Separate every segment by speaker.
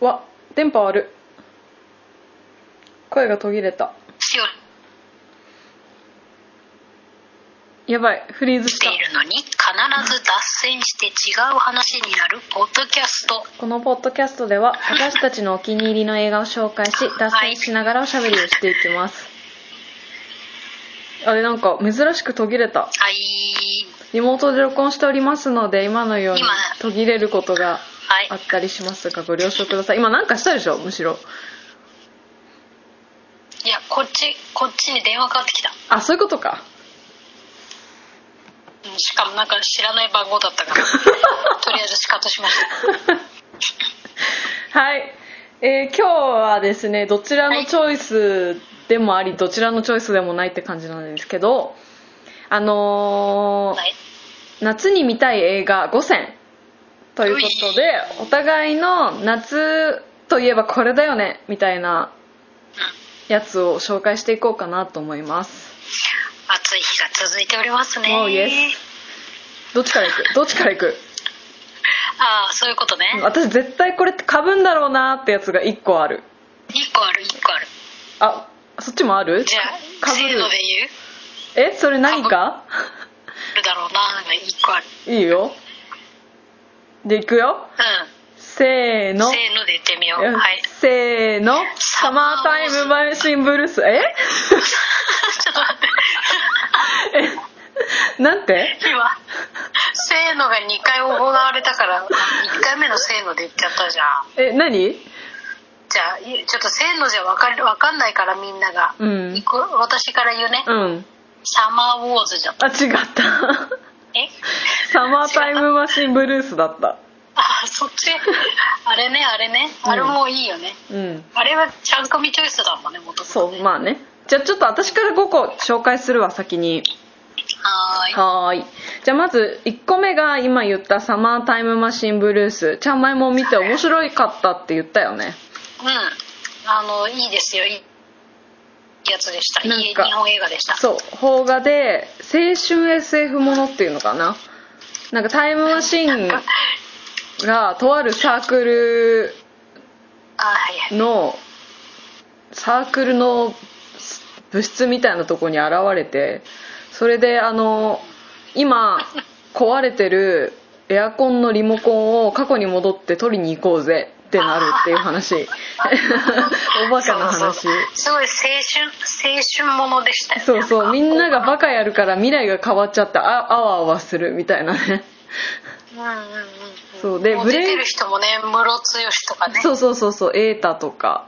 Speaker 1: わ電波悪声が途切れた
Speaker 2: しおっ
Speaker 1: やばいフリーズした
Speaker 2: ているのに必ず脱線して違う話になるポッドキャスト
Speaker 1: このポッドキャストでは私たちのお気に入りの映画を紹介し脱線しながらおしゃべりをしていきますあれなんか珍しく途切れた
Speaker 2: はい
Speaker 1: リモートで録音しておりますので今のように
Speaker 2: 今
Speaker 1: 途切れることがあ
Speaker 2: は
Speaker 1: っ
Speaker 2: い
Speaker 1: たりしますがご了承ください今なんかしたでしょむしろ
Speaker 2: いやこっちこっちに電話かかってきた
Speaker 1: あそういうことか
Speaker 2: うんしかもなんか知らない番号だったから とりあえずシカトしました
Speaker 1: はい、えー今日はですねどちらのチョイスでもあり、どちらのチョイスでもないって感じなんですけどあのー
Speaker 2: はい
Speaker 1: 夏に見たい映画5選ということでお互いの夏といえばこれだよねみたいなやつを紹介していこうかなと思います
Speaker 2: 暑い日が続いておりますね
Speaker 1: おうイエどっちから いくどっちからいく
Speaker 2: ああそういうことね
Speaker 1: 私絶対これってかぶんだろうなってやつが1個ある
Speaker 2: 一個ある一個ある
Speaker 1: あそっちもある
Speaker 2: じゃあ
Speaker 1: かぶ
Speaker 2: せー
Speaker 1: る
Speaker 2: ので言う
Speaker 1: えそれ何か
Speaker 2: あるだろうななんか一個ある
Speaker 1: いいよでいくよ
Speaker 2: う
Speaker 1: せー
Speaker 2: ん
Speaker 1: の
Speaker 2: せーので言ってみようはい
Speaker 1: せーのサマータイムバイシンブルースえ
Speaker 2: ちょっと待って
Speaker 1: なんて
Speaker 2: 今せーのが2回行われたから1回目のせーので言っちゃったじゃん
Speaker 1: え何
Speaker 2: じゃあいちょっとせーのじゃ分かるわかんないからみんなが、
Speaker 1: うん
Speaker 2: いく私から言うね、
Speaker 1: うん
Speaker 2: サマーウォーズじゃん
Speaker 1: あ違った
Speaker 2: え
Speaker 1: サマータイムマシンブルースだった
Speaker 2: あそっちあれねあれねあれもいいよね、
Speaker 1: うん
Speaker 2: あれはちゃんこみチョイスだもんねもとも
Speaker 1: そ
Speaker 2: と
Speaker 1: う
Speaker 2: ね
Speaker 1: まあねじゃあちょっと私から5個紹介するわ先に
Speaker 2: はーい
Speaker 1: はーいじゃあまず1個目が今言った「サマータイムマシンブルース」ちゃんまいも見て面白かったって言ったよね
Speaker 2: うんあのいいですよいいやつでしたい
Speaker 1: なん
Speaker 2: い
Speaker 1: か
Speaker 2: 日本映画でした う
Speaker 1: そう邦画で青春 SF ものっていうのかななんかタイムマシンがとあるサーク
Speaker 2: あはいはい
Speaker 1: ルのサークルの物質みたいなとこに現れてそれであの今壊れてるエアコンのリモコンを過去に戻って取りに行こうぜってなるっていう話おバカな
Speaker 2: そうそう
Speaker 1: 話
Speaker 2: そうすごい青春青春ものでしたよね
Speaker 1: そうそうみんなが
Speaker 2: バ
Speaker 1: バカやるから未来が変わっちゃってああわあわするみたいなね
Speaker 2: うんうんうんん
Speaker 1: そうで
Speaker 2: も
Speaker 1: ブ
Speaker 2: 出
Speaker 1: レイ
Speaker 2: てる人もねムロツヨシとかね
Speaker 1: そうそうそうそうエータとか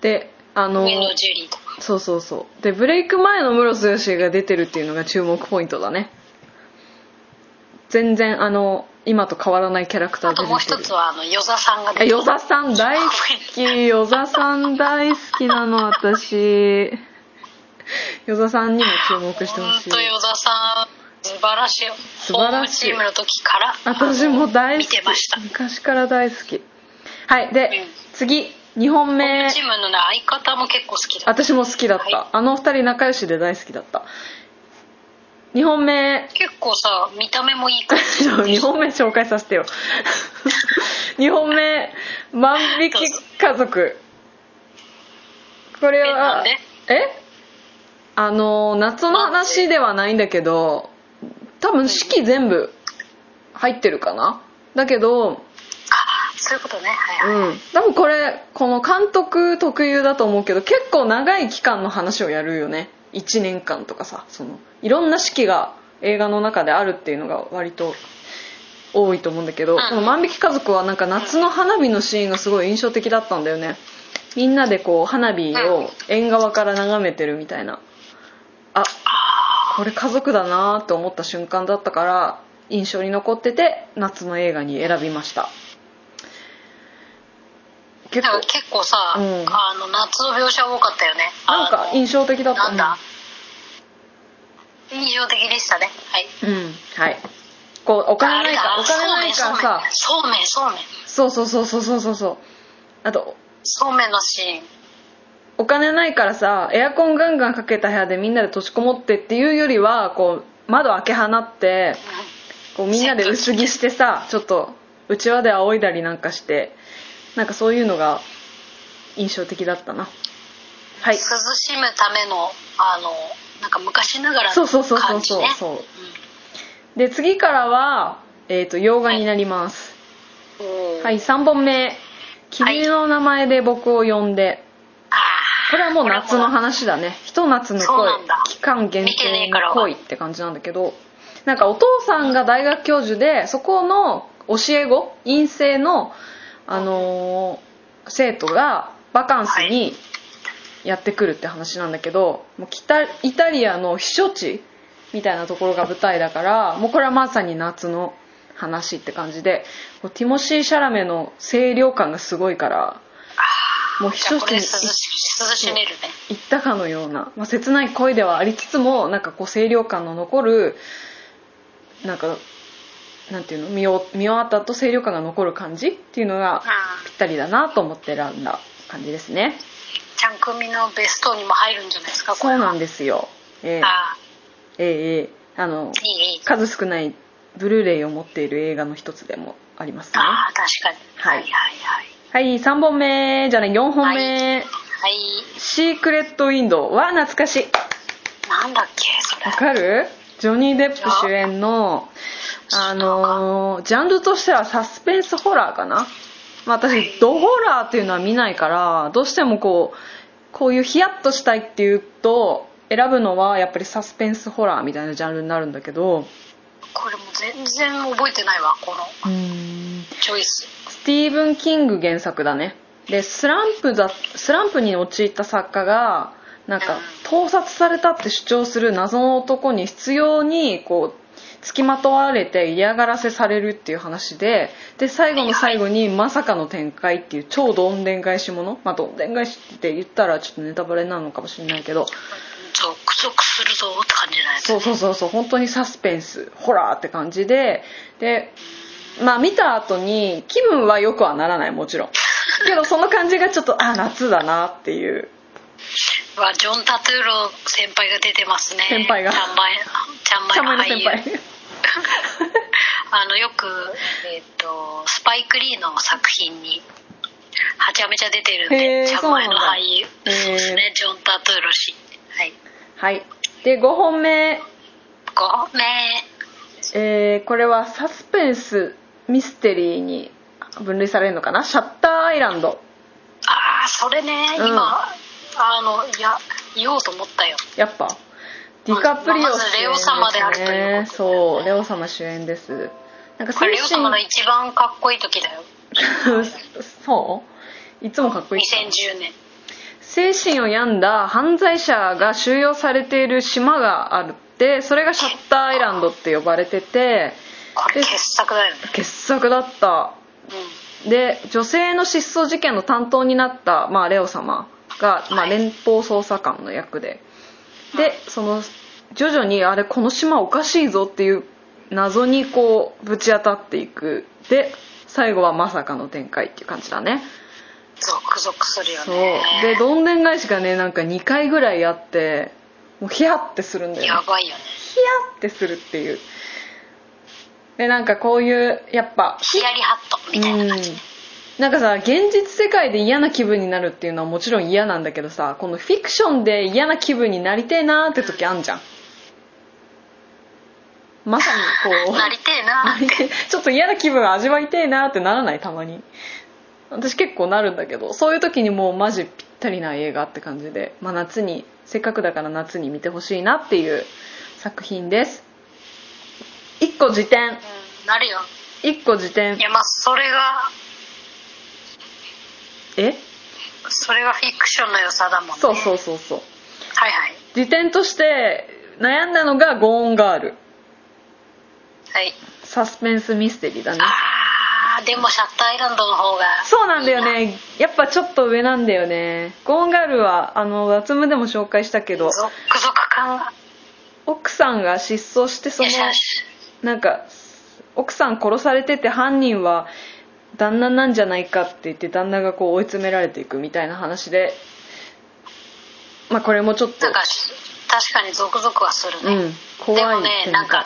Speaker 1: であの
Speaker 2: 上野樹里とか
Speaker 1: そうそうそうでブレイク前のムロスヨシが出てるっていうのが注目ポイントだね全然あの今と変わらないキャラクター
Speaker 2: あ
Speaker 1: 出
Speaker 2: と
Speaker 1: てる
Speaker 2: もう一つはあの与座さんが
Speaker 1: あ
Speaker 2: 出て
Speaker 1: 与座さん大好き与座さん大好きなの私 与座さんにも注目してほ
Speaker 2: 本
Speaker 1: しい
Speaker 2: 当与座さん素晴らしい
Speaker 1: 素晴らし
Speaker 2: ホームチ
Speaker 1: い
Speaker 2: ームの時から
Speaker 1: 私も大好き
Speaker 2: 見てましたホ
Speaker 1: 昔から大好きはいで、
Speaker 2: うん
Speaker 1: 次2本
Speaker 2: ー
Speaker 1: 目
Speaker 2: ムチームのね相方も結構好きだった
Speaker 1: 私も好きだった、
Speaker 2: はい
Speaker 1: あの二人仲良しで大好きだった2本目
Speaker 2: 結構さ見た目もいい 感じ
Speaker 1: 2本目紹介さ せてよ2本目「万引き家族」これ
Speaker 2: えな
Speaker 1: は
Speaker 2: んで
Speaker 1: えあの夏の話ではないんだけど多分四季全部入ってるかなだけど
Speaker 2: あそういうことねはいはい、
Speaker 1: うん、多分これこの監督特有だと思うけど結構長い期間の話をやるよね1年間とかさそのいろんな式が映画の中であるっていうのが割と多いと思うんだけ
Speaker 2: う
Speaker 1: ど、
Speaker 2: ん
Speaker 1: この「万引き家族」はなんか夏の花火のシーンがすごい印象的だったんだよねみんなでこう花火を縁側から眺めてるみたいなあ
Speaker 2: あ
Speaker 1: これ家族だなと思った瞬間だったから印象に残ってて夏の映画に選びました
Speaker 2: ー
Speaker 1: 結
Speaker 2: なん
Speaker 1: 構
Speaker 2: か結構さ、
Speaker 1: う
Speaker 2: あ
Speaker 1: ん
Speaker 2: の夏の描写多かったよね
Speaker 1: なん
Speaker 2: あ
Speaker 1: か
Speaker 2: の
Speaker 1: 印象的だった
Speaker 2: なんだ、印象的でしたねはい
Speaker 1: うん、うんはいこうお金ないからお金ないからさ
Speaker 2: そうめんそうめん
Speaker 1: そうそうそうそうそうそうそうあと
Speaker 2: そうめんのシーン
Speaker 1: お金ないからさエアコンガンガンかけた部屋でみんなで閉じこもってっていうよりはこう窓開け放ってこうみんなで薄着してさちょっとうちわで仰いだりなんかしてなんかそういうのが印象的だったなはい
Speaker 2: 涼しむためのあのなんか昔ながらの
Speaker 1: そ
Speaker 2: 感
Speaker 1: う
Speaker 2: じ、
Speaker 1: そう
Speaker 2: ね、
Speaker 1: そうそうそうそうで次からは、えー、と洋画になります
Speaker 2: うんおー
Speaker 1: はい、3本目「君の名前で僕を呼んで」
Speaker 2: あ
Speaker 1: これはもう夏の話だねひと夏の
Speaker 2: そう
Speaker 1: 恋
Speaker 2: なんだ
Speaker 1: 期間限
Speaker 2: 見てねえ
Speaker 1: 定
Speaker 2: から
Speaker 1: の
Speaker 2: わ
Speaker 1: 恋って感じなんだけどなんかお父さんが大学教授でそこの教え子院生の、あのー生徒がバカンスにやってくるって話なんだけど、もう北イタリアの避暑地みたいなところが舞台だからもうこれはまさに夏の話って感じでこうティモシー・シャラメの清涼感がすごいからもう
Speaker 2: ーじゃあ
Speaker 1: 避暑
Speaker 2: こ
Speaker 1: 地
Speaker 2: れ
Speaker 1: に
Speaker 2: 涼
Speaker 1: 行っ
Speaker 2: し涼しめるね
Speaker 1: 言ったかのような、まあ、切ない恋ではありつつもなんかこう清涼感の残るなんかなんていうの見終見終わった後清涼感が残る感じっていうのが
Speaker 2: あ
Speaker 1: ぴったりだなと思って選んだ感じですね
Speaker 2: ーちゃん組のベストにも入るんじゃないですかこ
Speaker 1: そ
Speaker 2: れ
Speaker 1: うなんですよええ
Speaker 2: あ
Speaker 1: ええええあの
Speaker 2: ーいいいい
Speaker 1: 数少ないブルーレイを持っている映画の一つでもありますね
Speaker 2: あー確かに、
Speaker 1: はい
Speaker 2: はいはいはい
Speaker 1: はい3本目じゃない4本目、
Speaker 2: はい
Speaker 1: シークレット・ウィンドウは懐かしい
Speaker 2: なんだっけそれ
Speaker 1: わかるジョニー・デップ主演のあのージャンルとしてはサスペンスホラーかな、まあ、
Speaker 2: はい
Speaker 1: 私ドホラーっていうのは見ないからどうしてもこうこういうヒヤッとしたいっていうと選ぶのはやっぱりサスペンスホラーみたいなジャンルになるんだけど
Speaker 2: これもう全然覚えてないわこのチョイス
Speaker 1: スティーブン・キング原作だねでスランプだスランプに陥った作家がなんか盗撮されたって主張する謎の男に執拗にこう付きまとわれて嫌がらせされるっていう話でで最後の最後にまさかの展開っていう超どんでん返しものまあどんでん返しって言ったらちょっとネタバレなのかもしれないけど
Speaker 2: ゾクゾクするぞって感じじゃないです
Speaker 1: そうそうそうそう本当にサスペンスホラーって感じででまあ見た後に気分は良くはならないもちろんけどその感じがちょっとあ夏だなっていう
Speaker 2: かわジョン・タトゥーロ先輩が出てますね
Speaker 1: 先輩が
Speaker 2: ちゃんまいちゃんま
Speaker 1: ちゃんま
Speaker 2: い
Speaker 1: い
Speaker 2: の
Speaker 1: の
Speaker 2: 俳
Speaker 1: 先
Speaker 2: 優
Speaker 1: 輩
Speaker 2: あのよく、えっとスパイク・リーの作品にはちゃめちゃ出てるん
Speaker 1: へ
Speaker 2: で
Speaker 1: ー
Speaker 2: ちゃんまいの
Speaker 1: そうなん
Speaker 2: 俳
Speaker 1: だ
Speaker 2: 優
Speaker 1: へ
Speaker 2: そう
Speaker 1: ー
Speaker 2: ですねジョン・タトゥーロ氏はい
Speaker 1: はいで5本目、
Speaker 2: ごめん
Speaker 1: えーこれはサスペンスミステリーに分類されるのかなシャッターアイランド
Speaker 2: ああそれね今、
Speaker 1: うん
Speaker 2: あのいや言おうと思ったよ
Speaker 1: やっぱディカプリオ主
Speaker 2: ま
Speaker 1: 演
Speaker 2: あまずレオ様であるということ
Speaker 1: ですねそうレオ様主演ですなんか
Speaker 2: これレオ
Speaker 1: 精神
Speaker 2: 様の一番かっこいい時だ よ
Speaker 1: そういつもかっこいい
Speaker 2: 2010年
Speaker 1: 精神を病んだ犯罪者が収容されている島があるってそれがシャッターアイランドって呼ばれてて
Speaker 2: これ
Speaker 1: で
Speaker 2: 傑作だよね
Speaker 1: 傑作だった
Speaker 2: う
Speaker 1: で女性の失踪事件の担当になった、まあ、レオ様が、まあ、
Speaker 2: はい
Speaker 1: 連邦捜査官の役ででその徐々にあれこの島おかしいぞっていう謎にこうぶち当たっていくで最後はまさかの展開っていう感じだね
Speaker 2: んゾクゾクするよ
Speaker 1: そう
Speaker 2: ね
Speaker 1: でどんでん返しがねなんか2回ぐらいあってもうヒヤッてするんだよね
Speaker 2: やばいよね
Speaker 1: ヒヤッてするっていうでなんかこういうやっぱ
Speaker 2: ヒヤリハットみたいな感じ、
Speaker 1: うんなんかさ現実世界で嫌な気分になるっていうのはもちろん嫌なんだけどさこのフィクションで嫌な気分になりてえなーって時あんじゃんまさにこう
Speaker 2: なりてえなって
Speaker 1: ちょっと嫌な気分味わいてえなってならないたまに私結構なるんだけどそういう時にもうマジぴったりな映画って感じで、まあ、夏にせっかくだから夏に見てほしいなっていう作品です1個辞典
Speaker 2: うんなるよ
Speaker 1: 1個辞典
Speaker 2: いやまあそれが
Speaker 1: え
Speaker 2: それがフィクションの良さだもんね
Speaker 1: そうそうそうそう
Speaker 2: はいはい
Speaker 1: 辞典として悩んだのが「ゴーンガール
Speaker 2: はい」
Speaker 1: サスペンスミステリーだね
Speaker 2: あーでもシャッターアイランドの方が
Speaker 1: そうなんだよねやっぱちょっと上なんだよねゴーンガールはあの雑務でも紹介したけ
Speaker 2: ゾ
Speaker 1: ど
Speaker 2: クゾク感が
Speaker 1: 奥さんが失踪してその
Speaker 2: よしよし
Speaker 1: なんか奥さん殺されてて犯人は旦那なんじゃないかって言って旦那がこう追い詰められていくみたいな話でまあこれもちょっと
Speaker 2: なんかし確かにゾクゾクはする
Speaker 1: う
Speaker 2: ね、
Speaker 1: ん怖い
Speaker 2: でも
Speaker 1: って
Speaker 2: ね
Speaker 1: いう
Speaker 2: なんか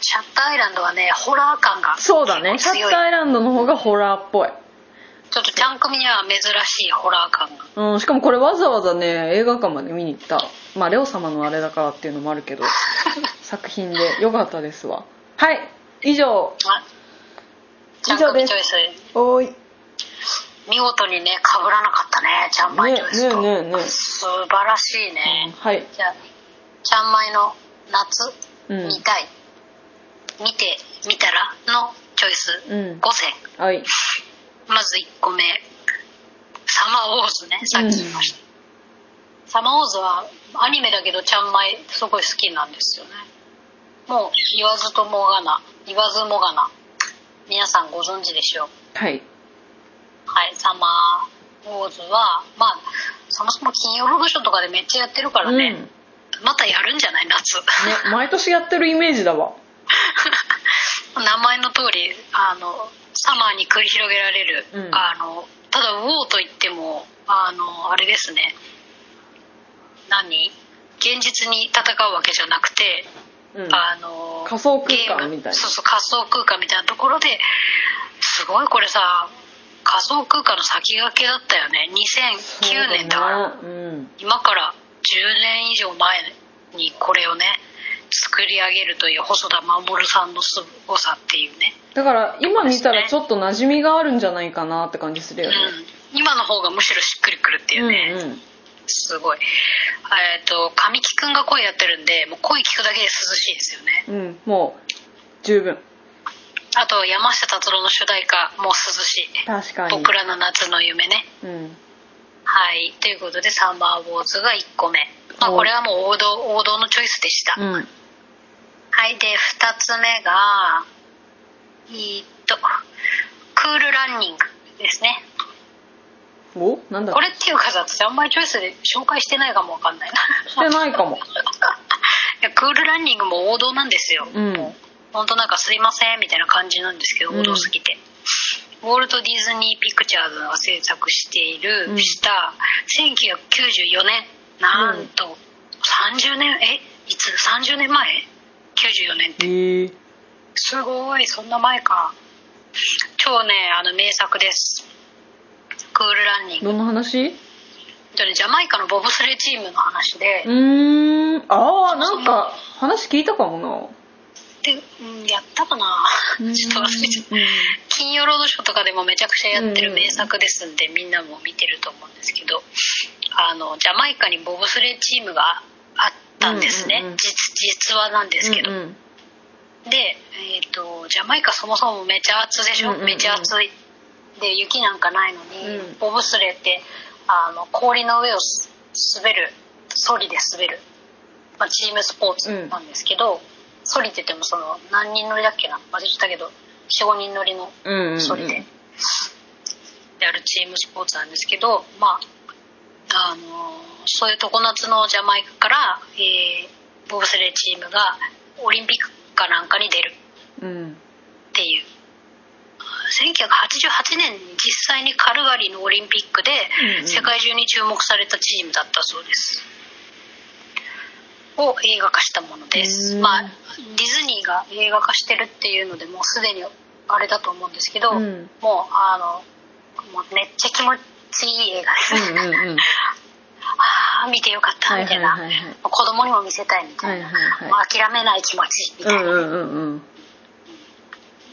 Speaker 2: シャッターアイランドはねホラー感が
Speaker 1: そうだねシャ
Speaker 2: 強い
Speaker 1: ッターアイランドの方がホラーっぽい
Speaker 2: ちょっとちゃん組には珍しいホラー感が
Speaker 1: うん、しかもこれわざわざね映画館まで見に行ったまあレオ様のあれだからっていうのもある けど作品でよかったですわはい以上
Speaker 2: あちゃん
Speaker 1: 以上で
Speaker 2: 組チ
Speaker 1: す
Speaker 2: ョイス
Speaker 1: おーい
Speaker 2: 見事にね被らなかったねちゃんまいチョイスと、
Speaker 1: ねねねね
Speaker 2: 素晴らしいね、
Speaker 1: はい
Speaker 2: じゃあちゃんまいの夏
Speaker 1: うん
Speaker 2: 見たい、見てみたらのチョイス
Speaker 1: うん
Speaker 2: 5選、
Speaker 1: はい
Speaker 2: まず1個目サマーウォーズねさっき言いました、サマーウォーズはアニメだけどちゃんまいすごい好きなんですよねもう言わずともがな言わずもがな皆さんご存知でしょう
Speaker 1: はい
Speaker 2: はい、サマーウォーズは、まあ、そもそも金曜ロードショーとかでめっちゃやってるから
Speaker 1: うん
Speaker 2: ね、
Speaker 1: ね
Speaker 2: またやるんじゃない夏
Speaker 1: 毎年やってるイメージだわ
Speaker 2: 名前の通りあのサマーに繰り広げられる、
Speaker 1: うん
Speaker 2: あのただウォーといってもあのあれですね何現実に戦うわけじゃなくて、
Speaker 1: うん
Speaker 2: あの
Speaker 1: 仮想空間
Speaker 2: ゲーム
Speaker 1: みたいな
Speaker 2: そうそう仮想空間みたいなところですごいこれさ仮想空間の先駆けだったよね2009年だから
Speaker 1: そうだねうん
Speaker 2: 今から10年以上前にこれをね作り上げるという細田守さんのすごさっていうね、
Speaker 1: だから今見たらちょっと馴染みがあるんじゃないかなって感じするよね
Speaker 2: うん、今の方がむしろしっくりくるっていうね、
Speaker 1: うんうん
Speaker 2: すごいえっと神木君が声やってるんでもう声聞くだけで涼しいですよね
Speaker 1: うんもう十分
Speaker 2: あと山下達郎の主題歌もう涼しい
Speaker 1: 確かに
Speaker 2: 僕らの夏の夢ね
Speaker 1: うん
Speaker 2: はいということで「サンバーウォーズ」が1個目、まあ、
Speaker 1: お
Speaker 2: これはもう王道王道のチョイスでした、
Speaker 1: うん
Speaker 2: はいで2つ目がえーっとクールランニングですね
Speaker 1: おなんだ
Speaker 2: これっていうかさ私あんまりチョイスで紹介してないかもわかん ないな
Speaker 1: してないかも
Speaker 2: いやクールランニングも王道なんですよ、
Speaker 1: うん
Speaker 2: もう本当なんか「すいません」みたいな感じなんですけど
Speaker 1: うん
Speaker 2: 王道すぎて、ウォルト・ディズニー・ピクチャーズが制作している、
Speaker 1: うん
Speaker 2: した1994年なんと30年えいつ30年前94年って
Speaker 1: へえ
Speaker 2: すごいそんな前か超ねあの名作ですクールランニング
Speaker 1: どんな話
Speaker 2: えっとねジャマイカのボブスレーチームの話で、
Speaker 1: うーんああなんか話聞いたかも
Speaker 2: でうん、やったかな
Speaker 1: なうん
Speaker 2: ちょっと忘れちゃった
Speaker 1: うん
Speaker 2: 金曜ロードショーとかでもめちゃくちゃやってる名作ですんで、みんなも見てると思うんですけどあのジャマイカにボブスレーチームがあったんですね、
Speaker 1: うんうんうん
Speaker 2: 実実話なんですけど、
Speaker 1: うんうん
Speaker 2: で、えー、とジャマイカそもそもめちゃ暑でしょ、
Speaker 1: うんうんうん
Speaker 2: めちゃ暑いで雪なんかないのに、
Speaker 1: うん
Speaker 2: ボブスレーってあの氷の上をす滑るソリで滑る、まあ、チームスポーツなんですけど、ソリって言ってもその何人乗りだっけな忘れちゃったけど45人乗りの
Speaker 1: うんうんうん
Speaker 2: ソリでやるチームスポーツなんですけど、まああのーそういう常夏のジャマイカから、えーボブスレーチームがオリンピックかなんかに出る。
Speaker 1: うん
Speaker 2: っていう1988年に実際にカルガリーのオリンピックで
Speaker 1: うんうん
Speaker 2: 世界中に注目されたチームだったそうです、を映画化したものです、
Speaker 1: うん
Speaker 2: まあディズニーが映画化してるっていうのでもうすでにあれだと思うんですけど、
Speaker 1: うん
Speaker 2: もうあのもうめっちゃ気持ちいい映画です、
Speaker 1: うんうんうん
Speaker 2: ああ見てよかったみたいな、
Speaker 1: はいはいはいはい
Speaker 2: 子供にも見せたいみたいな、
Speaker 1: はいはいはい
Speaker 2: もう諦めない気持ちみたい
Speaker 1: う
Speaker 2: な、
Speaker 1: んうんうんうん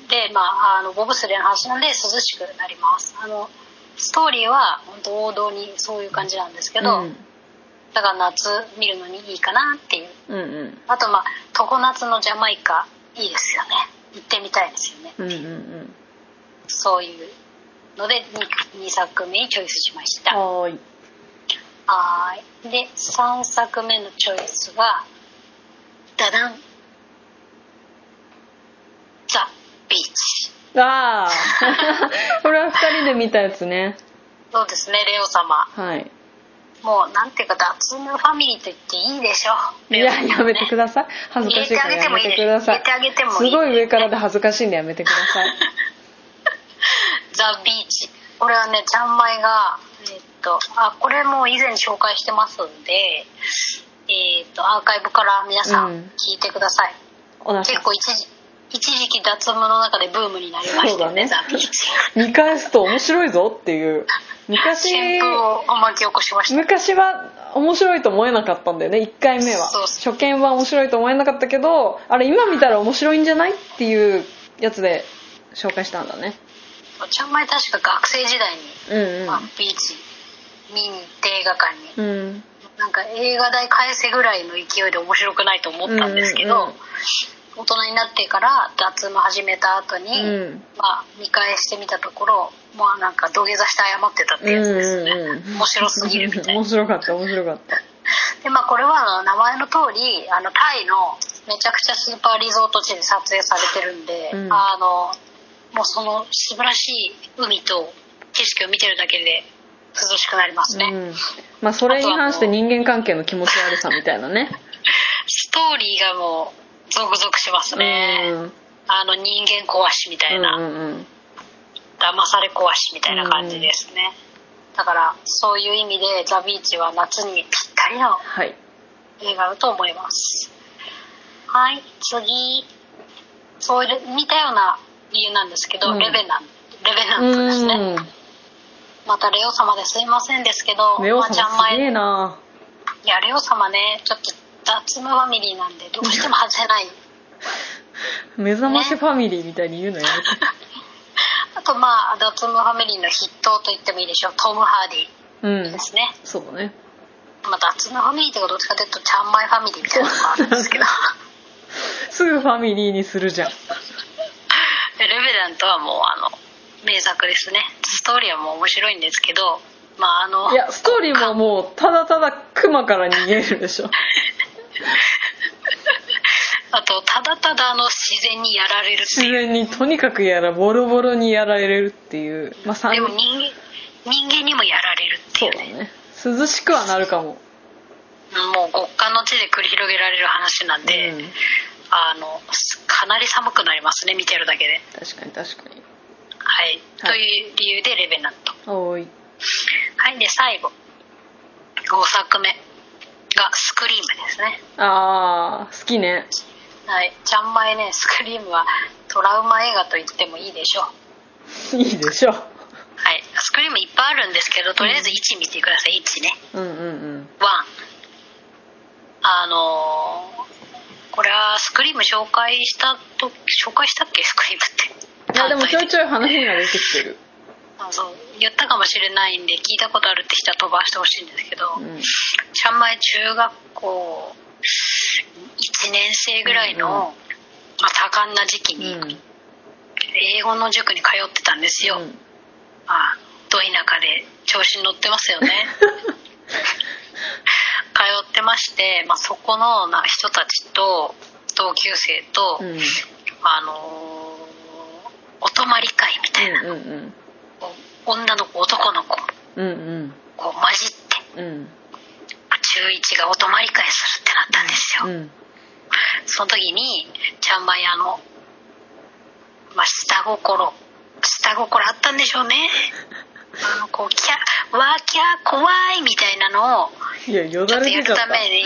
Speaker 2: で、まあ、あのボブスレーの話なんで涼しくなりますあのストーリーは本当王道にそういう感じなんですけど、
Speaker 1: うん
Speaker 2: だから夏見るのにいいかなっていう
Speaker 1: うんうん
Speaker 2: あとまあ常夏のジャマイカいいですよね行ってみたいですよね
Speaker 1: うんうんうん
Speaker 2: そういうので 2, 作目にチョイスしました
Speaker 1: はーい
Speaker 2: はーいで3作目のチョイスがダダンザ・ビーチ
Speaker 1: ああ これは二人で見たやつね
Speaker 2: そうですねレオ様
Speaker 1: はい
Speaker 2: もうなんていうか脱毛ファミリーと言っていいでしょ
Speaker 1: いややめてく
Speaker 2: だ
Speaker 1: ださい恥ずかしいからやめてください
Speaker 2: 入れてあげてもいい
Speaker 1: すごい上からで恥ずかしいんでやめてください
Speaker 2: ザ・ビーチこれはねちゃんまいがえっとあこれも以前紹介してますんでえっとアーカイブから皆さ
Speaker 1: うん
Speaker 2: ん聞いてください、
Speaker 1: おなし
Speaker 2: 結構一時一時期脱毛の中でブームになりましたよね
Speaker 1: そう
Speaker 2: ザ
Speaker 1: だね
Speaker 2: ピーチ
Speaker 1: 見返すと面白いぞっていう 昔
Speaker 2: 旋風を巻き起こしました
Speaker 1: 昔は面白いと思えなかったんだよね1回目は
Speaker 2: そうそ
Speaker 1: 初見は面白いと思えなかったけどあれ今見たら面白いんじゃないっていうやつで紹介したんだね
Speaker 2: ちゃんまい確か学生時代に
Speaker 1: うん
Speaker 2: ワンピーチ見に行って映画館に
Speaker 1: うんうん
Speaker 2: なんか映画代返せぐらいの勢いで面白くないと思ったんですけど、
Speaker 1: うんうんうん
Speaker 2: 大人になってから脱毛始めた後に、
Speaker 1: うん
Speaker 2: まあ、見返してみたところまあなんか土下座して謝ってたってやつですね、
Speaker 1: うんうんうん
Speaker 2: 面白すぎるみたいな
Speaker 1: 面白かった面白かった
Speaker 2: でまあこれはあの名前の通りあのタイのめちゃくちゃスーパーリゾート地で撮影されてるんで、
Speaker 1: うん
Speaker 2: あのもうその素晴らしい海と景色を見てるだけで涼しくなりますね、
Speaker 1: うんまあそれに反して人間関係の気持ち悪さみたいなね
Speaker 2: ストーリーがもうゾクゾクしますね、
Speaker 1: うん
Speaker 2: あの人間壊しみたいな、
Speaker 1: うんうん
Speaker 2: 騙され壊しみたいな感じですね、だからそういう意味で「ザ・ビーチ」は夏にぴったりの
Speaker 1: はい
Speaker 2: 映画だと思いますはい次そういう似たような理由なんですけど、
Speaker 1: うん
Speaker 2: レベナンレベナントですね、
Speaker 1: う
Speaker 2: またレオ様ですいませんですけど
Speaker 1: んレオ
Speaker 2: まあちゃん
Speaker 1: 様
Speaker 2: ます
Speaker 1: げえ
Speaker 2: い
Speaker 1: な
Speaker 2: やレオ様ねちょっと脱毛ファミリーなんでどうしても外せない
Speaker 1: 目覚ましファミリーみたいに言うのやめて
Speaker 2: あとまあ脱毛ファミリーの筆頭と言ってもいいでしょうトム・ハーディ
Speaker 1: うん
Speaker 2: ですね、
Speaker 1: そうだね
Speaker 2: まあ、脱毛ファミリーってことどっちかというとちゃんまいファミリーみたいなのがあるんですけど
Speaker 1: すぐファミリーにするじゃん
Speaker 2: レベダントはもうあの名作ですねストーリーはもう面白いんですけどまああの
Speaker 1: いやストーリーももうただただクマから逃げるで しょ
Speaker 2: あとただただあの自然にやられるって
Speaker 1: 自
Speaker 2: いう
Speaker 1: 然にとにかくやらボロボロにやられるっていうまあ3
Speaker 2: でも人間人間にもやられるって
Speaker 1: そ
Speaker 2: いうう
Speaker 1: だ
Speaker 2: ね
Speaker 1: ね涼しくはなるかも、
Speaker 2: もう極寒の地で繰り広げられる話なんで、
Speaker 1: うん
Speaker 2: あのかなり寒くなりますね見てるだけで
Speaker 1: 確かに確かに
Speaker 2: はい、と
Speaker 1: はい
Speaker 2: いう理由でレベナント
Speaker 1: おーい
Speaker 2: はいで最後5作目がスクリームですね
Speaker 1: あー好きね
Speaker 2: はいちゃんまいねスクリームはトラウマ映画と言ってもいいでしょう
Speaker 1: いいでしょ
Speaker 2: はいスクリームいっぱいあるんですけどとりあえず1見てください1ね
Speaker 1: うんうん
Speaker 2: 1あのーこれはスクリーム紹介したと紹介したっけスクリームっ
Speaker 1: うん
Speaker 2: て
Speaker 1: いやでもちょいち
Speaker 2: ょい
Speaker 1: ょい話には出てきてる、
Speaker 2: そう言ったかもしれないんで聞いたことあるって人は飛ばしてほしいんですけど、
Speaker 1: うん、
Speaker 2: ちゃんまい中学校1年生ぐらいの、
Speaker 1: うんうん
Speaker 2: まあ、多感な時期に
Speaker 1: うん
Speaker 2: 英語の塾に通ってたんですよ、
Speaker 1: うん
Speaker 2: まあど田舎で調子に乗ってますよ ね通ってまして、まあ、そこのな人たちと同級生と、
Speaker 1: うん
Speaker 2: あのーお泊まり会みたいな、
Speaker 1: うんうん
Speaker 2: こう女の子男の子
Speaker 1: うんうん
Speaker 2: こう混じって
Speaker 1: うんうん
Speaker 2: 中1がお泊まり会するってなったんですよ、
Speaker 1: うん
Speaker 2: その時にちゃんまいあの、まあ、下心下心あったんでしょうねあのこうキャわーキャー怖いみたいなのを
Speaker 1: いやよ
Speaker 2: ちょ
Speaker 1: だ
Speaker 2: っと
Speaker 1: れ
Speaker 2: やる
Speaker 1: 出ちゃった
Speaker 2: ために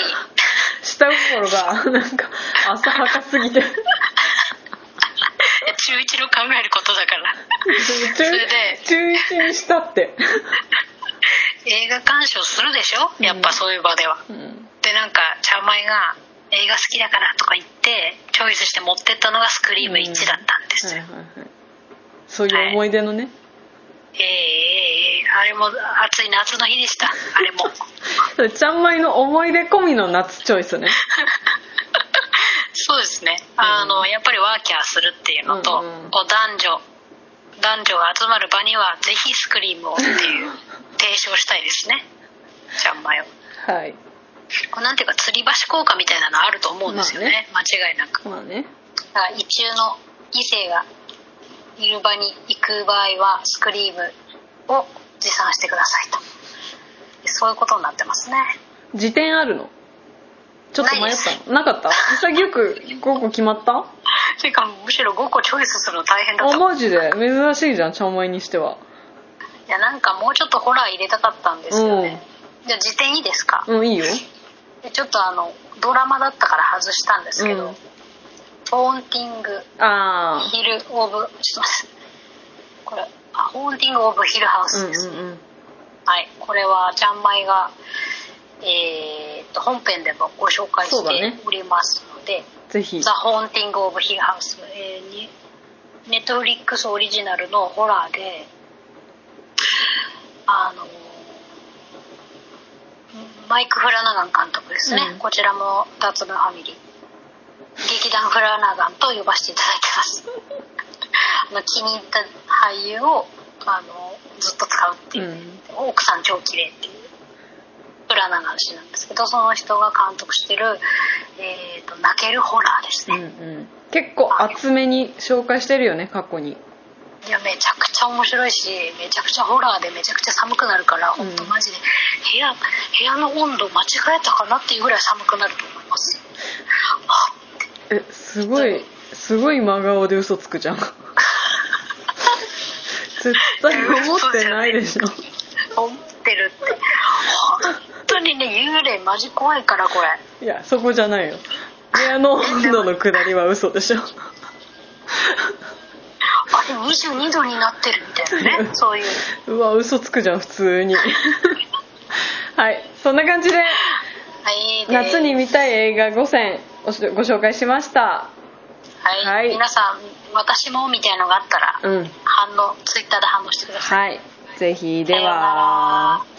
Speaker 1: 下心がなんか浅はかすぎて
Speaker 2: 中1の考えることだから
Speaker 1: 中
Speaker 2: れで
Speaker 1: 中一にしたって、
Speaker 2: 映画鑑賞するでしょやっぱそういう場では、
Speaker 1: うん、
Speaker 2: でなんかちゃんまいが映画好きだからとか言ってチョイスして持ってったのがスクリーム1だったんです
Speaker 1: はい
Speaker 2: よ、
Speaker 1: はいはいそういう思い出のね、
Speaker 2: ええええええあれも暑い夏の日でしたあれも
Speaker 1: ちゃんまいの思い出込みの夏チョイスね
Speaker 2: そうですねあの、やっぱりワーキャーするっていうのと、
Speaker 1: うんうん
Speaker 2: こう男女男女が集まる場にはぜひスクリームをっていう 提唱したいですねちゃんまいを
Speaker 1: はい
Speaker 2: こうなんていうか吊り橋効果みたいなのあると思うんですよね,、間違いなく
Speaker 1: まあね
Speaker 2: だから異中の異性がいる場に行く場合はスクリームを持参してくださいとそういうことになってますね
Speaker 1: 辞典あるのちょっと迷ったのなかった潔く5個決まった
Speaker 2: ていうかむしろ5個チョイスするの大変だった
Speaker 1: あマジで珍しいじゃんちゃんまいにしてはい
Speaker 2: やなんかもうちょっとホラー入れたかったんですよね、じゃあ辞典いいですか、
Speaker 1: うんいいよ
Speaker 2: でちょっとあのドラマだったから外したんですけど、
Speaker 1: うん
Speaker 2: ホーンティング
Speaker 1: あ
Speaker 2: ヒル・オブ、ちょっと待って、これ、あ、ホーンティング・オブ・ヒル・ハウ
Speaker 1: あう
Speaker 2: ス
Speaker 1: ん
Speaker 2: ですね。
Speaker 1: うんうん
Speaker 2: はい、これは、ちゃんまいが、えーっと、本編でもご紹介
Speaker 1: そう
Speaker 2: し
Speaker 1: だね
Speaker 2: ておりますので、
Speaker 1: ぜひ
Speaker 2: ザ・ホーンティング・オブ・ヒル・ハウス、えーに、ネットフリックスオリジナルのホラーで、あの、マイク・フラナガン監督ですね。
Speaker 1: うん
Speaker 2: こちらも、脱分ファミリー。劇団フラナガンと呼ばせていただいて ます。あの気に入った俳優を、あの、ずっと使うっていう。
Speaker 1: うん
Speaker 2: 奥さん超綺麗っていうフラナガン氏なんですけど、その人が監督してる、えっ、と、泣けるホラーです
Speaker 1: うん
Speaker 2: ね。
Speaker 1: うん結構厚めに紹介してるよね過去に
Speaker 2: いやめちゃくちゃ面白いしめちゃくちゃホラーでめちゃくちゃ寒くなるから
Speaker 1: うん
Speaker 2: 本当マジで部屋部屋の温度間違えたかなっていうぐらい寒くなると思いますあ
Speaker 1: えすごいすごい真顔で嘘 つくじゃん絶対思ってないでしょ
Speaker 2: 思ってるって本当にね幽霊マジ怖いからこれ
Speaker 1: いやそこじゃないよ部屋の温度の下りは嘘でしょ
Speaker 2: あれ22度になってるみたいな ねそういう
Speaker 1: うわ嘘つくじゃん普 通にはいそんな感じで
Speaker 2: はいで
Speaker 1: 夏に見たい映画5選おしご紹介しました
Speaker 2: はい、
Speaker 1: はい
Speaker 2: 皆さん私もみたいのがあったら、
Speaker 1: うん
Speaker 2: 反応ツイッターで反応してください
Speaker 1: はいぜひで
Speaker 2: さような
Speaker 1: は
Speaker 2: ら